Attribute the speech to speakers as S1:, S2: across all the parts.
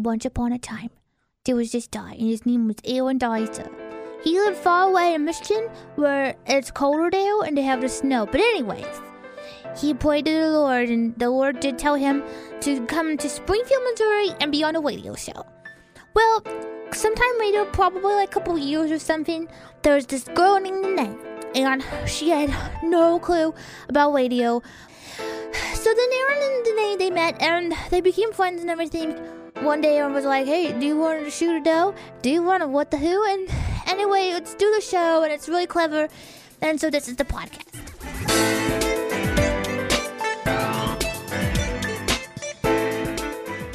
S1: Once upon a time, there was this guy, and his name was Aaron Dyser. He lived far away in Michigan, where it's colder there and they have the snow. But anyways, he prayed to the Lord, and the Lord did tell him to come to Springfield, Missouri, and be on a radio show. Well, sometime later, probably like a couple years or something, there was this girl named Nanette, and she had no clue about radio. So then Aaron and Danae they met and they became friends and everything. One day Aaron was like, "Hey, do you want to shoot a doe? Do you want to what the who?" And anyway, let's do the show, and it's really clever. And so this is the podcast.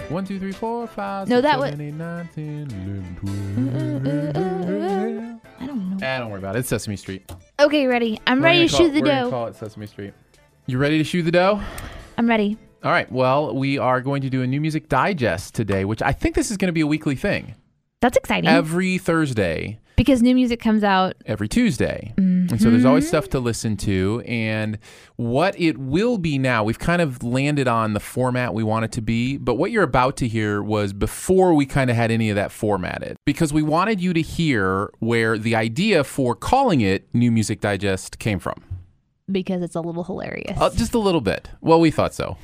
S2: One, two, three, four, five.
S1: No,
S2: six,
S1: that Mm,
S2: seven, eight, nine, 10, 11, 12.
S1: I don't know.
S2: Ah, don't worry about it. It's Sesame Street.
S1: Okay, ready. I'm
S2: We're
S1: ready
S2: gonna
S1: to
S2: call-
S1: shoot the
S2: we're gonna
S1: doe.
S2: Call it Sesame Street. You ready to shoot the dough?
S1: I'm ready.
S2: All right. Well, we are going to do a new music digest today, which I think this is going to be a weekly thing.
S1: That's exciting
S2: Every Thursday,
S1: because new music comes out.
S2: every Tuesday. And so there's always stuff to listen to. And what it will be now, we've kind of landed on the format we want it to be. But what you're about to hear was before we kind of had any of that formatted, because we wanted you to hear where the idea for calling it New Music Digest came from.
S1: because it's a little hilarious.
S2: Uh, just a little bit. Well, we thought so.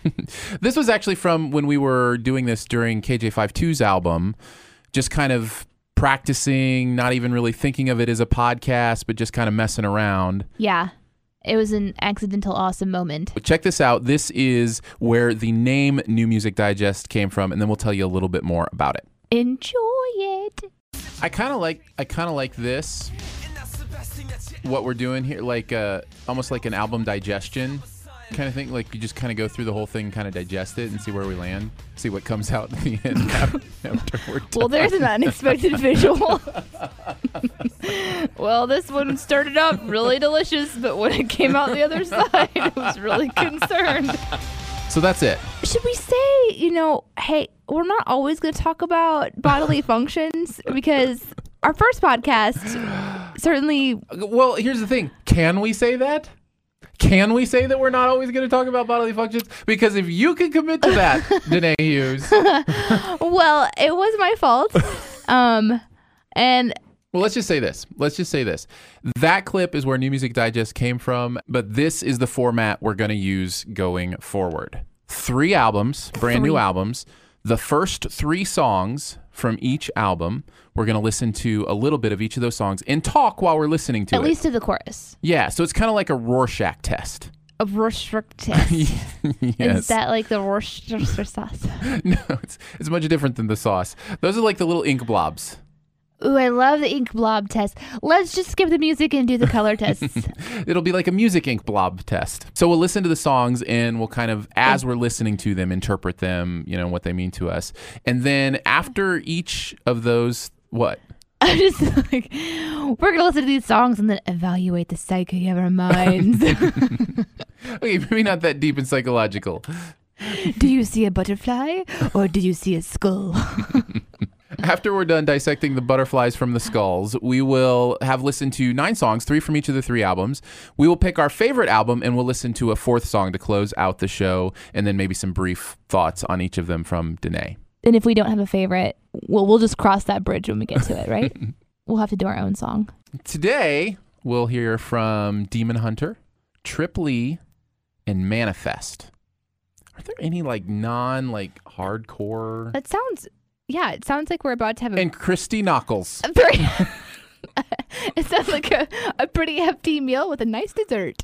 S2: this was actually from when we were doing this during KJ52's album, just kind of practicing, not even really thinking of it as a podcast, but just kind of messing around.
S1: yeah, it was an accidental awesome moment.
S2: But check this out. This is where the name New Music Digest came from, and then we'll tell you a little bit more about it.
S1: Enjoy it.
S2: I kind of like I kind of like this what we're doing here like uh almost like an album digestion kind of thing like you just kind of go through the whole thing kind of digest it and see where we land see what comes out at the end af- after we're done.
S1: Well, there's an unexpected visual. well, this one started out really delicious, but when it came out the other side, I was really concerned.
S2: so that's it
S1: Should we say, you know, hey, we're not always going to talk about bodily functions because our first podcast certainly
S2: well here's the thing can we say that can we say that we're not always going to talk about bodily functions because if you can commit to that Danae Hughes well
S1: well, it was my fault. Um and
S2: let's just say this let's just say this that clip is where new music digest came from but this is the format we're going to use going forward three albums brand new
S1: Three.
S2: albums the first three songs from each album we're going to listen to a little bit of each of those songs and talk while we're listening to
S1: at
S2: it
S1: least to the chorus
S2: yeah so it's kind of like a rorschach test
S1: of restrictive. Is
S2: yes
S1: that like the Worcestershire sauce?
S2: no it's, it's much different than the sauce those are like the little ink blobs
S1: Ooh, I love the ink blob test. Let's just skip the music and do the color tests.
S2: It'll be like a music ink blob test. So we'll listen to the songs and we'll kind of, as we're listening to them, interpret them, you know, what they mean to us. And then after each of those, what?
S1: I'm just like, we're gonna listen to these songs and then evaluate the psyche of our minds.
S2: Okay, maybe not that deep and psychological.
S1: do you see a butterfly or do you see a skull?
S2: After we're done dissecting the butterflies from the skulls, we will have listened to nine songs, three from each of the three albums. We will pick our favorite album and we'll listen to a fourth song to close out the show and then maybe some brief thoughts on each of them from Danae.
S1: And if we don't have a favorite, well, we'll just cross that bridge when we get to it, right? we'll have to do our own song.
S2: Today, we'll hear from Demon Hunter, Trip Lee, and Manifest. Are there any like non like hardcore
S1: That sounds, yeah, it sounds like we're about to have a.
S2: and Christy Knuckles?
S1: a very- it sounds like a, a pretty hefty meal with a nice dessert.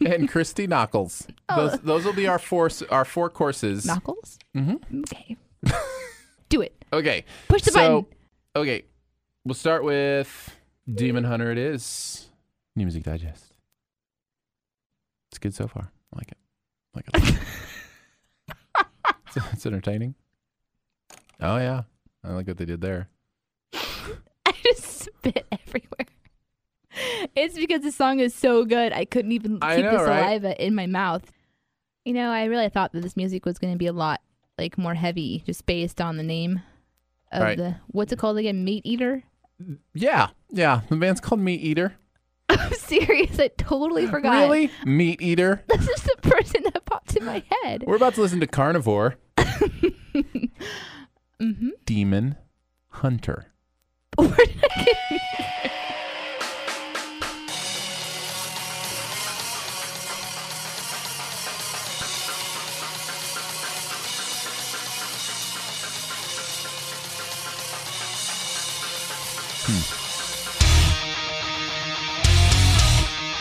S2: and Christy Knuckles. Those those will be our four s- our four courses.
S1: Knuckles?
S2: Mhm.
S1: Okay. do it.
S2: Okay.
S1: Push the
S2: so,
S1: button.
S2: Okay. We'll start with Demon Hunter it is. New Music Digest. It's good so far. I like it. I like it. it's, it's entertaining. Oh yeah, I like what they did there.
S3: I just spit everywhere. It's because the song is so good, I couldn't even keep
S2: I
S3: the
S2: know, right?
S3: saliva in my mouth. You know, I really thought that this music was going to be a lot like more heavy, just based on the name of
S2: Right.
S3: the what's it called again? Meat Eater.
S2: Yeah, yeah. The band's called Meat Eater.
S3: I'm serious. I totally forgot.
S2: Really, Meat Eater.
S3: This is the person that popped in my head.
S2: We're about to listen to Carnivore,
S3: Mm-hmm.
S2: Demon Hunter.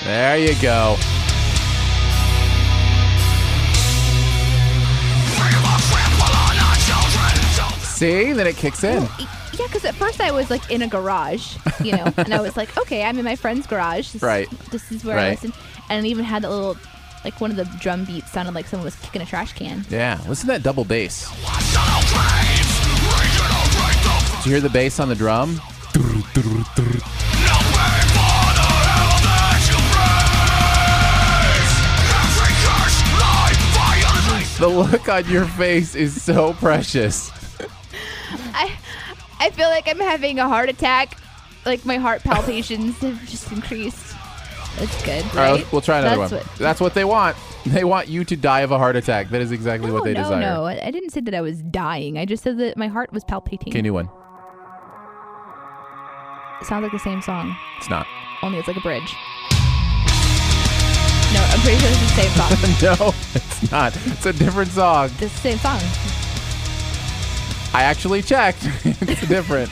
S2: There you go. See, then it kicks in.
S3: Yeah, because at first I was like in a garage, you know, and I was like, okay, I'm in my friend's garage. This,
S2: Right.
S3: This is where
S2: Right.
S3: I listen. And it even had that little, like one of the drum beats sounded like someone was kicking a trash can.
S2: Yeah, listen to that double bass. Did you hear the bass on the drum? The look on your face is so precious.
S3: I, I feel like I'm having a heart attack. Like my heart palpitations have just increased. That's good, right?
S2: All right, Uh, we'll try another
S3: That's
S2: one.
S3: What,
S2: That's what they want. They want you to die of a heart attack. That is exactly
S3: no,
S2: what they
S3: no,
S2: desire.
S3: no. I I didn't say that I was dying. I just said that my heart was palpitating.
S2: Okay, new one.
S3: It sounds like the same song,
S2: It's not.
S3: only it's like a bridge. No, I'm pretty sure it's the same song.
S2: no, it's not. It's a different song.
S3: It's the same song.
S2: I actually checked. it's different.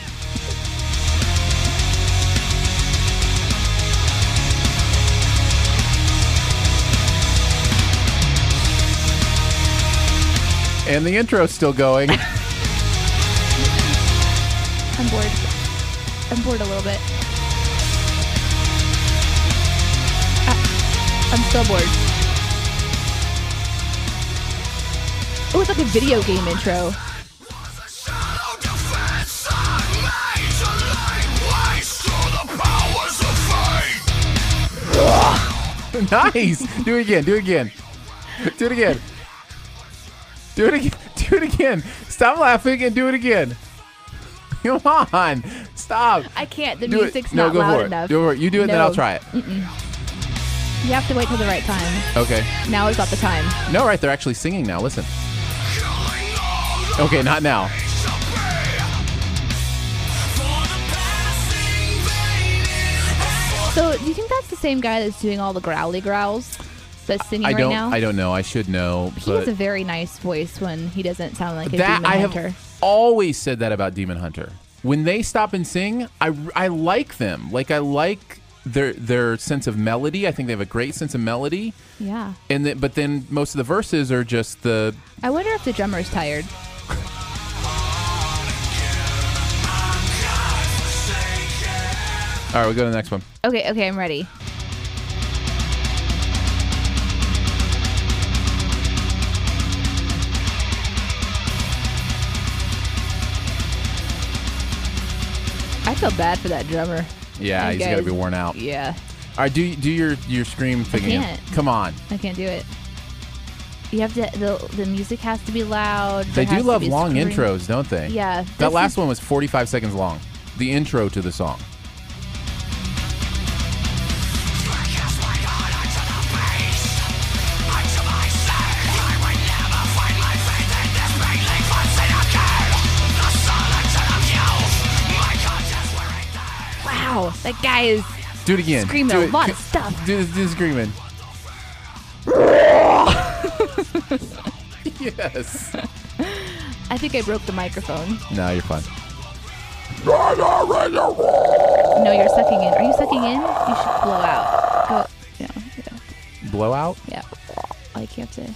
S2: and the intro's still going.
S3: I'm bored. I'm bored a little bit. Ah, I'm still bored. Oh, it's like a video game intro.
S2: nice. Do it again. Do it again. Do it again. Do it again. Do it again. Stop laughing and do it again. Come on. Stop.
S3: I can't. The
S2: do
S3: music's
S2: it. No,
S3: not
S2: go
S3: loud
S2: for it.
S3: enough.
S2: Go for it. You do it, then
S3: No.
S2: I'll try it.
S3: You have to wait till the right time.
S2: Okay.
S3: Now is not the time.
S2: No, right. They're actually singing now. Listen. Okay, not now.
S3: So, do you think that's the same guy that's doing all the growly growls? That's singing
S2: I
S3: right
S2: don't.
S3: now.
S2: I don't know. I should know.
S3: he
S2: But
S3: has a very nice voice when he doesn't sound like a
S2: that
S3: demon
S2: I have
S3: hunter.
S2: always said that about Demon Hunter. When they stop and sing, I I like them. Like I like their their sense of melody. I think they have a great sense of melody.
S3: Yeah.
S2: And then, but then most of the verses are just the
S3: I wonder if the drummer's tired.
S2: all right. We'll go to the next one.
S3: Okay, okay, I'm ready. I feel bad for that drummer.
S2: Yeah,
S3: You
S2: he's got to
S3: guys-
S2: be worn out. All
S3: Yeah,
S2: right, do do your your scream thing. again.
S3: can't.
S2: Come on.
S3: I can't do it. You have to the the music has to be loud.
S2: They
S3: there has
S2: do
S3: to
S2: love
S3: be a
S2: long
S3: scream.
S2: intros, don't they?
S3: Yeah.
S2: That
S3: this
S2: last
S3: is-
S2: one was 45 seconds long. The intro to the song.
S3: Wow, that guy is
S2: Do it again.
S3: Screaming
S2: Do
S3: a
S2: it.
S3: lot of
S2: C-
S3: stuff.
S2: Do, do the screaming. yes.
S3: I think I broke the microphone.
S2: No, you're fine.
S3: No, you're sucking in. Are you sucking in? You should blow out. Go. No, yeah,
S2: Blowout.
S3: yeah. Like you have to.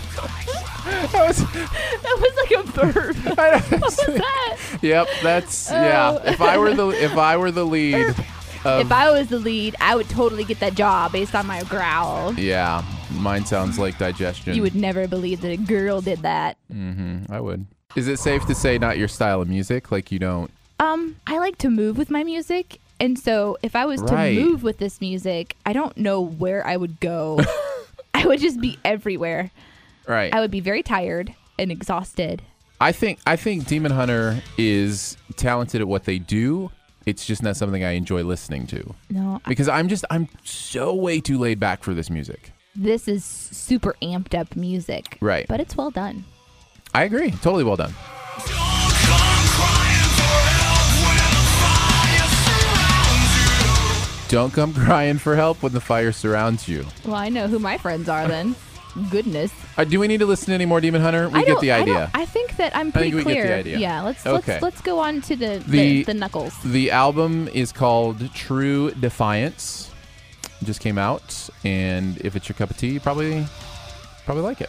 S2: That was-
S3: That was like a burp.
S2: I-
S3: that? Oh.
S2: yep. That's yeah. If I were the if I were the lead, of-
S3: if I was the lead, I would totally get that job based on my growl.
S2: Yeah, mine sounds like digestion. Mm,
S3: You would never believe that a girl did that.
S2: I would. Is it safe to say not your style of music? Like you don't.
S3: Um, I like to move with my music, and so if I was
S2: Right.
S3: to move with this music, I don't know where I would go. I would just be everywhere.
S2: Right.
S3: I would be very tired and exhausted.
S2: I think I think Demon Hunter is talented at what they do. It's just not something I enjoy listening to
S3: No, I-
S2: because I'm just I'm so way too laid back for this music.
S3: this is super amped up music.
S2: Right.
S3: But it's well done.
S2: I agree. Totally well done. Don't come crying for help when the fire surrounds you.
S3: Well, I know who my friends are then. Goodness.
S2: Uh, do we need to listen to any more Demon Hunter? We
S3: I
S2: get
S3: don't-
S2: the
S3: I
S2: idea.
S3: don't- I, think that I'm
S2: think
S3: pretty
S2: we get the
S3: clear.
S2: idea.
S3: Yeah, let's
S2: Okay.
S3: let's let's go on to the
S2: The-
S3: the, the, knuckles.
S2: The album is called True Defiance. It just came out, and if it's your cup of tea, you probably probably like it.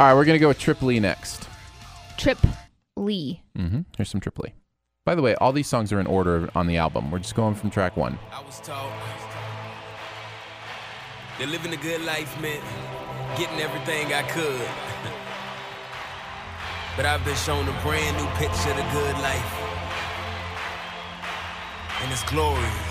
S2: All right, we're gonna go with Tripoli next.
S3: Trip Lee.
S2: Mm-hmm. Here's some Tripoli. By the way, all these songs are in order on the album. We're just going from track one.
S4: I was taught that living a good life meant getting everything I could. but I've been shown a brand new picture of the good life. And it's glorious.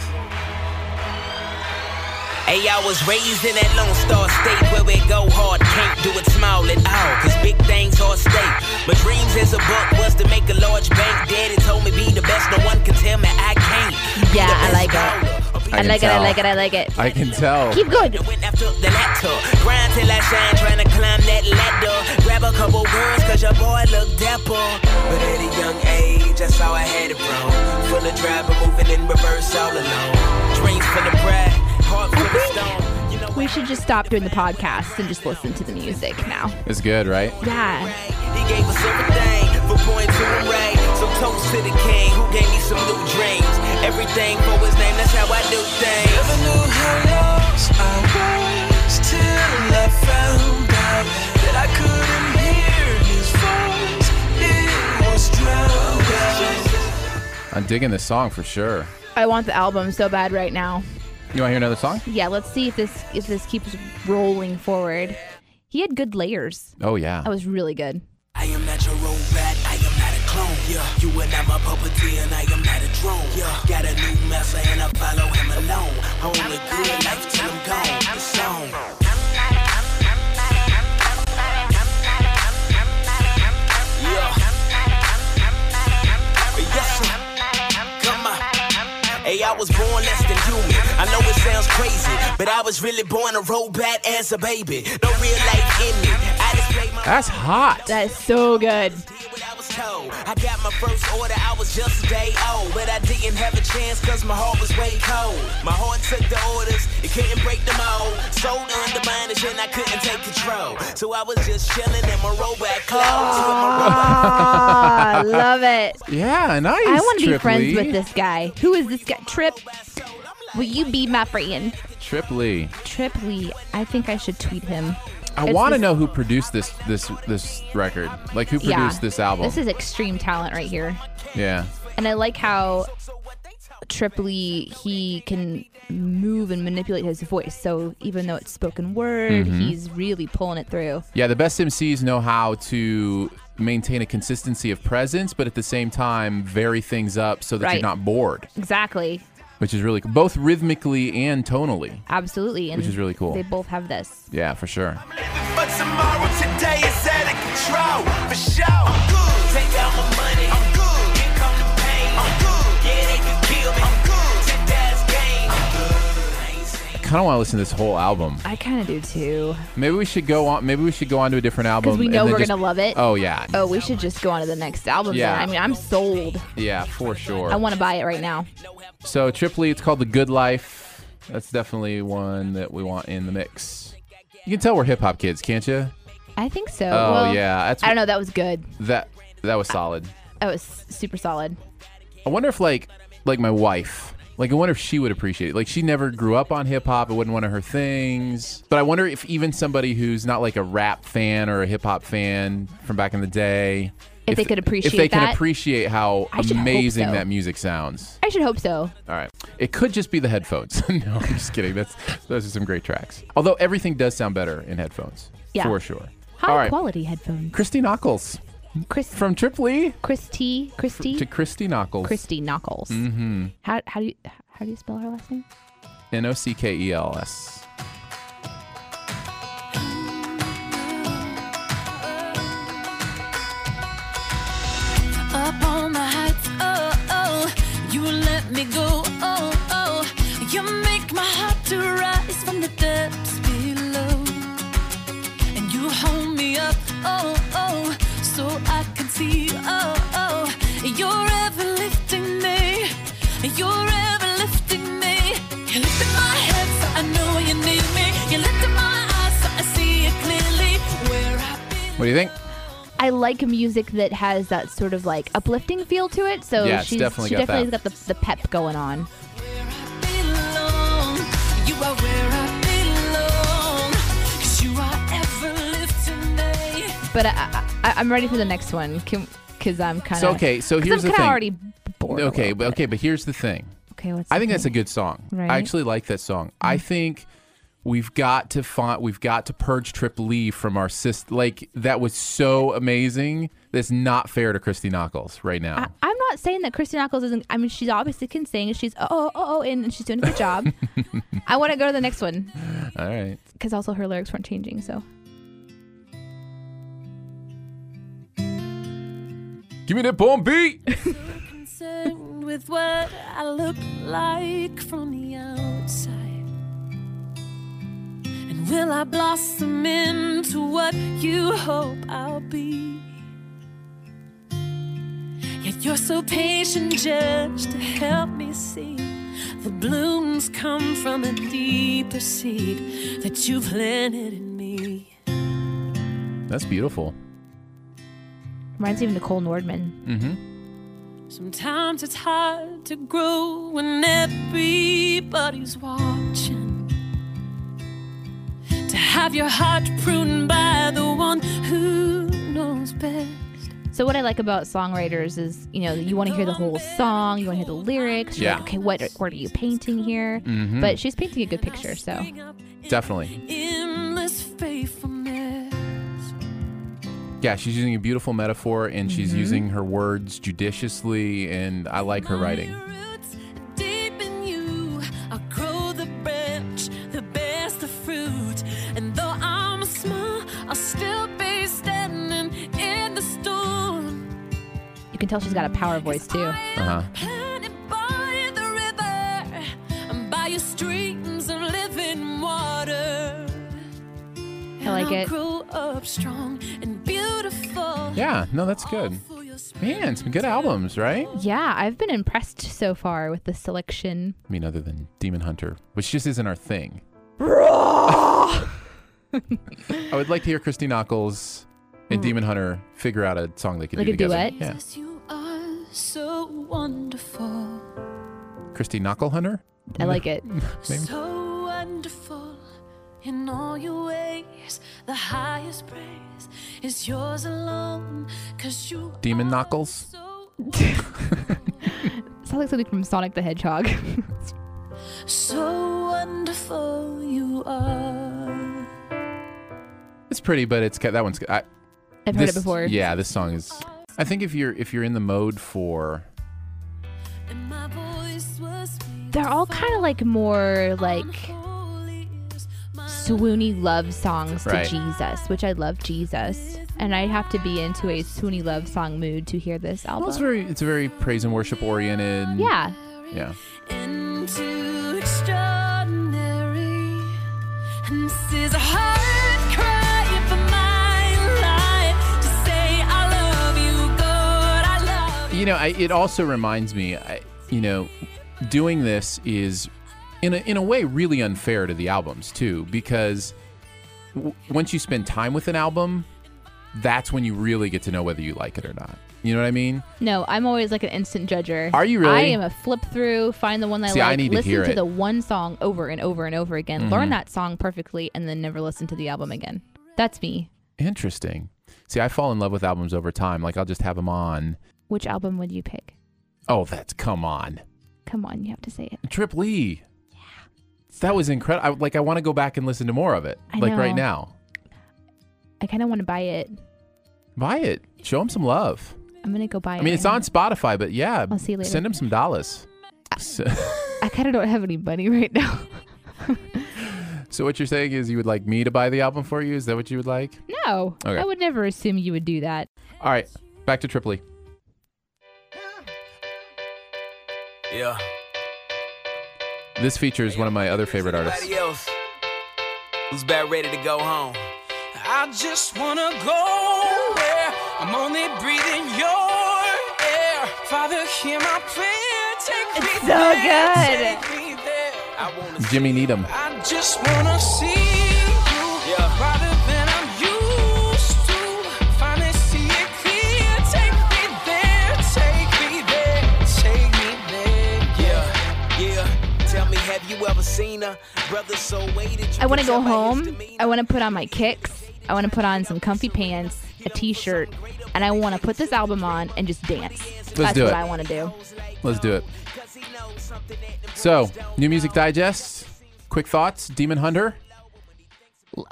S4: Hey, I was raised in that Lone Star State where we go hard, can't do it small at all, cause big things are at stake. But dreams as a buck was to make a large bank. Daddy told me be the best, no one can tell me I can't. Be
S3: Yeah,
S4: the
S3: I
S4: best
S3: like it.
S4: scholar,
S2: I can tell.
S3: I like it.
S2: I can tell.
S3: Keep going.
S4: I went after the laptop. Grind till I shine, tryna climb that ladder. Grab a couple girls, cause your boy look dapper. But at a young age, I saw I had it wrong. Full of drive, but moving in reverse all alone. Dreams for the pride, heart for the stone. You know
S3: We should just stop doing the podcast and just listen to the music now.
S2: It's good, right?
S3: Yeah.
S4: He gave us everything for point to the right. So toast to the king who gave me some new dreams. Everything for his name, that's how I do things. Never knew how lost I was till I found out that I couldn't hear his voice. It was drowned out.
S2: I'm digging this song for sure.
S3: I want the album so bad right now.
S2: You want to hear another song?
S3: Yeah, let's see if this if this keeps rolling forward. He had good layers.
S2: Oh yeah.
S3: That was really good.
S4: I am not your robot, I am not a clone. Yeah, you are not my puppeteer, and I am not a drone. Yeah, got a new master, and I follow him alone. I only good life till I'm gone. It's on. Yeah. Yes, sir. Come on. Hey, I was born less than human. I know it sounds crazy, but I was really born a robot as a baby. No real life in me. I just played my
S2: That's hot.
S3: That is so good.
S4: did what I was told. I got my first order, I was just a day old. But I didn't have a chance cause my heart was way cold. My heart took the orders, it couldn't break the mold. Sold under miners and I couldn't take control. So I was just chilling in my robot clothes. with my robot
S3: Ah, love it.
S2: yeah, nice. E.
S3: I want to be friends
S2: Tripoli.
S3: with this guy. Who is this guy? Trip. Will you be my friend?
S2: Tripoli.
S3: Trip Lee. I think I should tweet him.
S2: E. I
S3: It's
S2: want to
S3: this-
S2: know who produced this this this record. Like who produced
S3: yeah.
S2: this album?
S3: This is extreme talent right here.
S2: yeah.
S3: And I like how Tripoli he can move and manipulate his voice. So even though it's spoken word,
S2: Mm-hmm.
S3: he's really pulling it through.
S2: Yeah, the best MCs know how to maintain a consistency of presence but at the same time vary things up so that you're
S3: Right.
S2: not bored,
S3: Exactly.
S2: which is really cool. both rhythmically and tonally.
S3: Absolutely. And
S2: Which is really cool.
S3: They both have this.
S2: Yeah, for sure.
S4: living for tomorrow. Today is out of control. For sure. I'm good. Take out my money. I'm good. Here come the pain. I'm good. Yeah, they can kill me. I'm good. Take that as game. I'm good. I ain't saying
S2: I kind of want to listen to this whole album.
S3: I kind of do too.
S2: Maybe we should go on maybe we should go on to a different album
S3: Because we
S2: and
S3: know
S2: then
S3: we're
S2: just-
S3: gonna love it.
S2: Oh yeah.
S3: Oh, we should just go on to the next album.
S2: Yeah.
S3: Then. I mean, I'm sold.
S2: Yeah, for sure.
S3: I want to buy it right now.
S2: so Tripoli, it's called The Good Life. That's definitely one that we want in the mix. You can tell we're hip hop kids, can't you?
S3: I think so.
S2: Oh
S3: well,
S2: yeah, that's
S3: I don't know. That was good.
S2: that that was solid.
S3: That was super solid.
S2: I wonder if like like my wife, like I wonder if she would appreciate it. Like she never grew up on hip hop; it wasn't one of her things. But I wonder if even somebody who's not like a rap fan or a hip hop fan from back in the day,
S3: if, they could appreciate
S2: if they
S3: that.
S2: can appreciate how
S3: I should hope
S2: amazing
S3: so.
S2: that music sounds.
S3: I should hope so.
S2: All right. It could just be the headphones. no, I'm just kidding. That's those are some great tracks. Although everything does sound better in headphones.
S3: Yeah.
S2: For sure.
S3: High
S2: All right.
S3: quality headphones.
S2: Christy Knuckles
S3: Chris,
S2: from Tripoli
S3: Christy, Christy,
S2: to Christy Knuckles.
S3: Christy Knuckles.
S2: Mm-hmm.
S3: How, how do you how do you spell her last name?
S2: N O C K E L S.
S5: up on the heights. Oh, oh, you let me go. Oh, oh, you make my heart to rise from the depths below. And you hold me up. Oh, oh, so I can see. Oh, oh, you're ever lifting me. You're ever lifting me. You lifted my head, so I know you need me. You lifted my eyes, so I see it clearly. Where I belong.
S2: What do you think?
S3: I like music that has that sort of like uplifting feel to it. So
S2: Yeah, it's
S3: she's
S2: definitely
S3: she
S2: got
S3: definitely
S2: that.
S3: has got the, the pep going on.
S5: Where I belong, you are where I belong. 'Cause you are everlifting me.
S3: But I, I, I'm ready for the next one because I'm kind
S2: So
S3: of
S2: okay, so here's
S3: I'm
S2: the
S3: kinda
S2: thing.
S3: already bored. a
S2: okay,
S3: little
S2: but
S3: bit.
S2: okay, but here's the thing.
S3: okay. What's
S2: I think
S3: the
S2: that's a good song.
S3: Right. Mm-hmm.
S2: I actually like that song. I think we've got to find we've got to purge Trip Lee from our system. Like that was so amazing. That's not fair to Christy Knuckles right now.
S3: I, I'm not saying that Christy Knuckles isn't. I mean, she's obviously can sing. She's oh oh oh, and, and she's doing a good job. I want to go to the next one
S2: All right.
S3: because also her lyrics weren't changing. So
S2: Give me that bomb beat.
S5: Concerned with what I look like from the outside. And will I blossom into what you hope I'll be? Yet you're so patient, Judge, to help me see. The blooms come from a deeper seed that you planted in me.
S2: That's beautiful.
S3: reminds me of Nicole Nordman.
S2: Mm-hmm.
S5: Sometimes it's hard to grow when everybody's watching. To have your heart pruned by the one who knows best.
S3: So what I like about songwriters is you know you want to hear the whole song, you want to hear the lyrics. You're
S2: Yeah.
S3: Like, okay, what what are you painting here?
S2: Mhm.
S3: But she's painting a good picture. So
S2: Definitely.
S5: Endless faithfulness.
S2: Yeah, she's using a beautiful metaphor and she's
S3: Mm-hmm.
S2: using her words judiciously and I like her writing.
S5: My roots deep in you. I'll grow the branch, the best of fruit. And though I'm small, I'll still be standing in the storm.
S3: you can tell she's got a power voice too.
S2: Uh-huh.
S5: Planted by the river, and by your streams of living water.
S3: I like
S5: And I'll
S3: it.
S5: Grow up strong and beautiful.
S2: Yeah, no, that's good.
S5: For your
S2: Man, some good albums, right?
S3: Yeah, I've been impressed so far with the selection.
S2: I mean, other than Demon Hunter, which just isn't our thing. I would like to hear Christy Knuckles and Demon Hunter figure out a song they could
S3: Hmm. Like
S2: do
S3: a
S2: together.
S3: duet?
S2: Yeah,
S5: Yes, you are so wonderful.
S2: Christy Knuckle Hunter.
S3: I like it.
S2: Maybe.
S5: So wonderful in all your ways. The highest praise is yours alone. Cause you
S2: Demon
S5: are
S2: Knuckles?
S5: So,
S3: Sounds like something from Sonic the Hedgehog.
S5: so wonderful you are.
S2: It's pretty, but it's got that one's. I,
S3: I've heard
S2: this,
S3: it before.
S2: Yeah, this song is. I think if you're if you're in the mode for
S5: And my voice was sweet.
S3: They're all kind of like more like
S5: Holy is my
S3: swoony love songs
S2: Right.
S3: to Jesus, which I love Jesus, and I have to be into a swoony love song mood to hear this album.
S2: well, it's very it's very praise and worship oriented.
S3: yeah,
S2: yeah.
S5: into extraordinary. And this is a hard cry for my life to say I love you, God. I love you.
S2: You know, I, it also reminds me, I, you know, doing this is in a, in a way really unfair to the albums too, because w- once you spend time with an album, that's when you really get to know whether you like it or not. You know what I mean?
S3: no, I'm always like an instant judger.
S2: Are you
S3: I
S2: really?
S3: am a flip through, find the one that
S2: See, I
S3: like,
S2: need to
S3: listen
S2: hear it.
S3: to
S2: Mm-hmm.
S3: the one song over and over and over again, learn that song perfectly, and then never listen to the album again. That's me.
S2: Interesting. See, I fall in love with albums over time. Like I'll just have them on.
S3: Which album would you pick?
S2: Oh, that's come on,
S3: Come on, you have to say it.
S2: Trip Lee. That was incredible. Like I want to go back and listen to more of it.
S3: I
S2: like right
S3: know.
S2: now,
S3: I kind of want to buy it.
S2: buy it. Show him some love.
S3: I'm gonna go buy
S2: I
S3: it.
S2: mean, it's
S3: right
S2: on Spotify, but yeah,
S3: I'll see you later.
S2: send him some dollars. So,
S3: now. I kind of don't have any money right now.
S2: so what you're saying is you would like me to buy the album for you? Is that what you would like?
S3: no,
S2: Okay.
S3: I would never assume you would do that.
S2: All right, back to Tripoli.
S4: Yeah.
S2: This feature is one of my other favorite artists.
S4: Somebody else who's about ready to go home. I just wanna go where I'm only breathing your air. Father, hear my prayer. Take me
S3: so
S4: there,
S3: good.
S4: Take me there. I wanna
S2: Jimmy Needham.
S4: I just wanna see you rather than I'm used to. Finally see it clear. Take me there, take me there, take me there. Yeah, yeah. Tell me, have you ever seen a brother so weighted?
S3: I want to go home. I want to put on my kicks. I want to put on some comfy pants, a t-shirt, and I want to put this album on and just dance. That's
S2: do
S3: what
S2: it.
S3: I want to do.
S2: Let's do it. So, New Music Digest. Quick thoughts. Demon Hunter.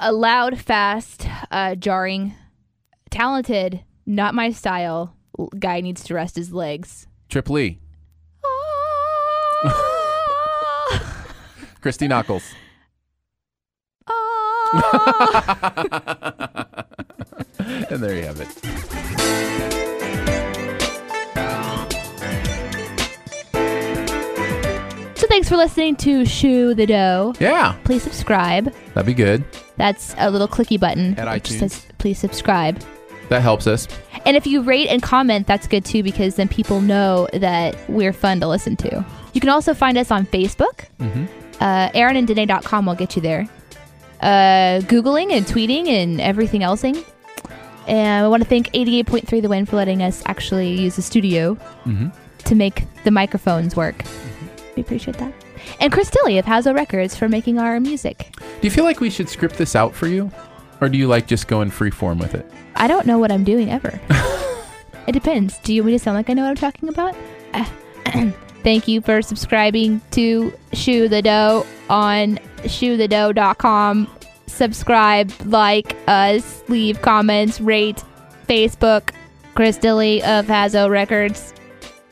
S3: a loud, fast, uh, jarring, talented, not my style. l- Guy needs to rest his legs.
S2: Trip Lee. Christy Knuckles.
S3: Oh.
S2: and there you have it.
S3: so thanks for listening to Shoe the Dough.
S2: Yeah,
S3: Please subscribe.
S2: that'd be good.
S3: That's a little clicky button.
S2: At
S3: It just
S2: iTunes.
S3: says please subscribe.
S2: That helps us.
S3: And if you rate and comment, that's good too because then people know that we're fun to listen to. You can also find us on Facebook. Uh, AaronandDanae.com will get you there. Uh, Googling and tweeting and everything elseing. And I want to thank 88.3 The Win for letting us actually use the studio to make the microphones work. We appreciate that. And Chris Tilly of Hazo Records for making our music.
S2: Do you feel like we should script this out for you? Or do you like just going free form with it?
S3: I don't know what I'm doing ever. it depends. Do you want me to sound like I know what I'm talking about? Ah, Thank you for subscribing to Shoe the Dough on shoethedough.com. Subscribe, like us, leave comments, rate, Facebook, Chris Dilly of Hazo Records.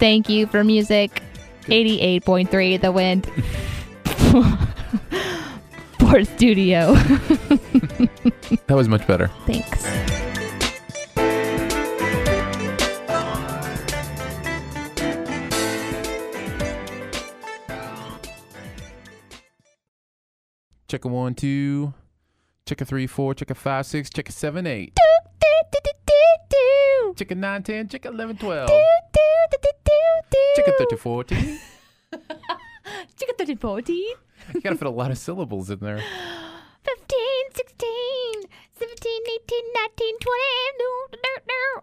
S3: Thank you for music. 88.3 The Wind. Poor studio.
S2: That was much better.
S3: Thanks.
S2: Check a one, two. Check a three, four. Check a five, six. Check a seven, eight. Check a nine, ten. Check a eleven, twelve. Check a thirteen, fourteen.
S3: Chicken 13, 14,
S2: You gotta fit a lot of syllables in there.
S1: 15, 16, 17, 18, 19, 20. No, no, no.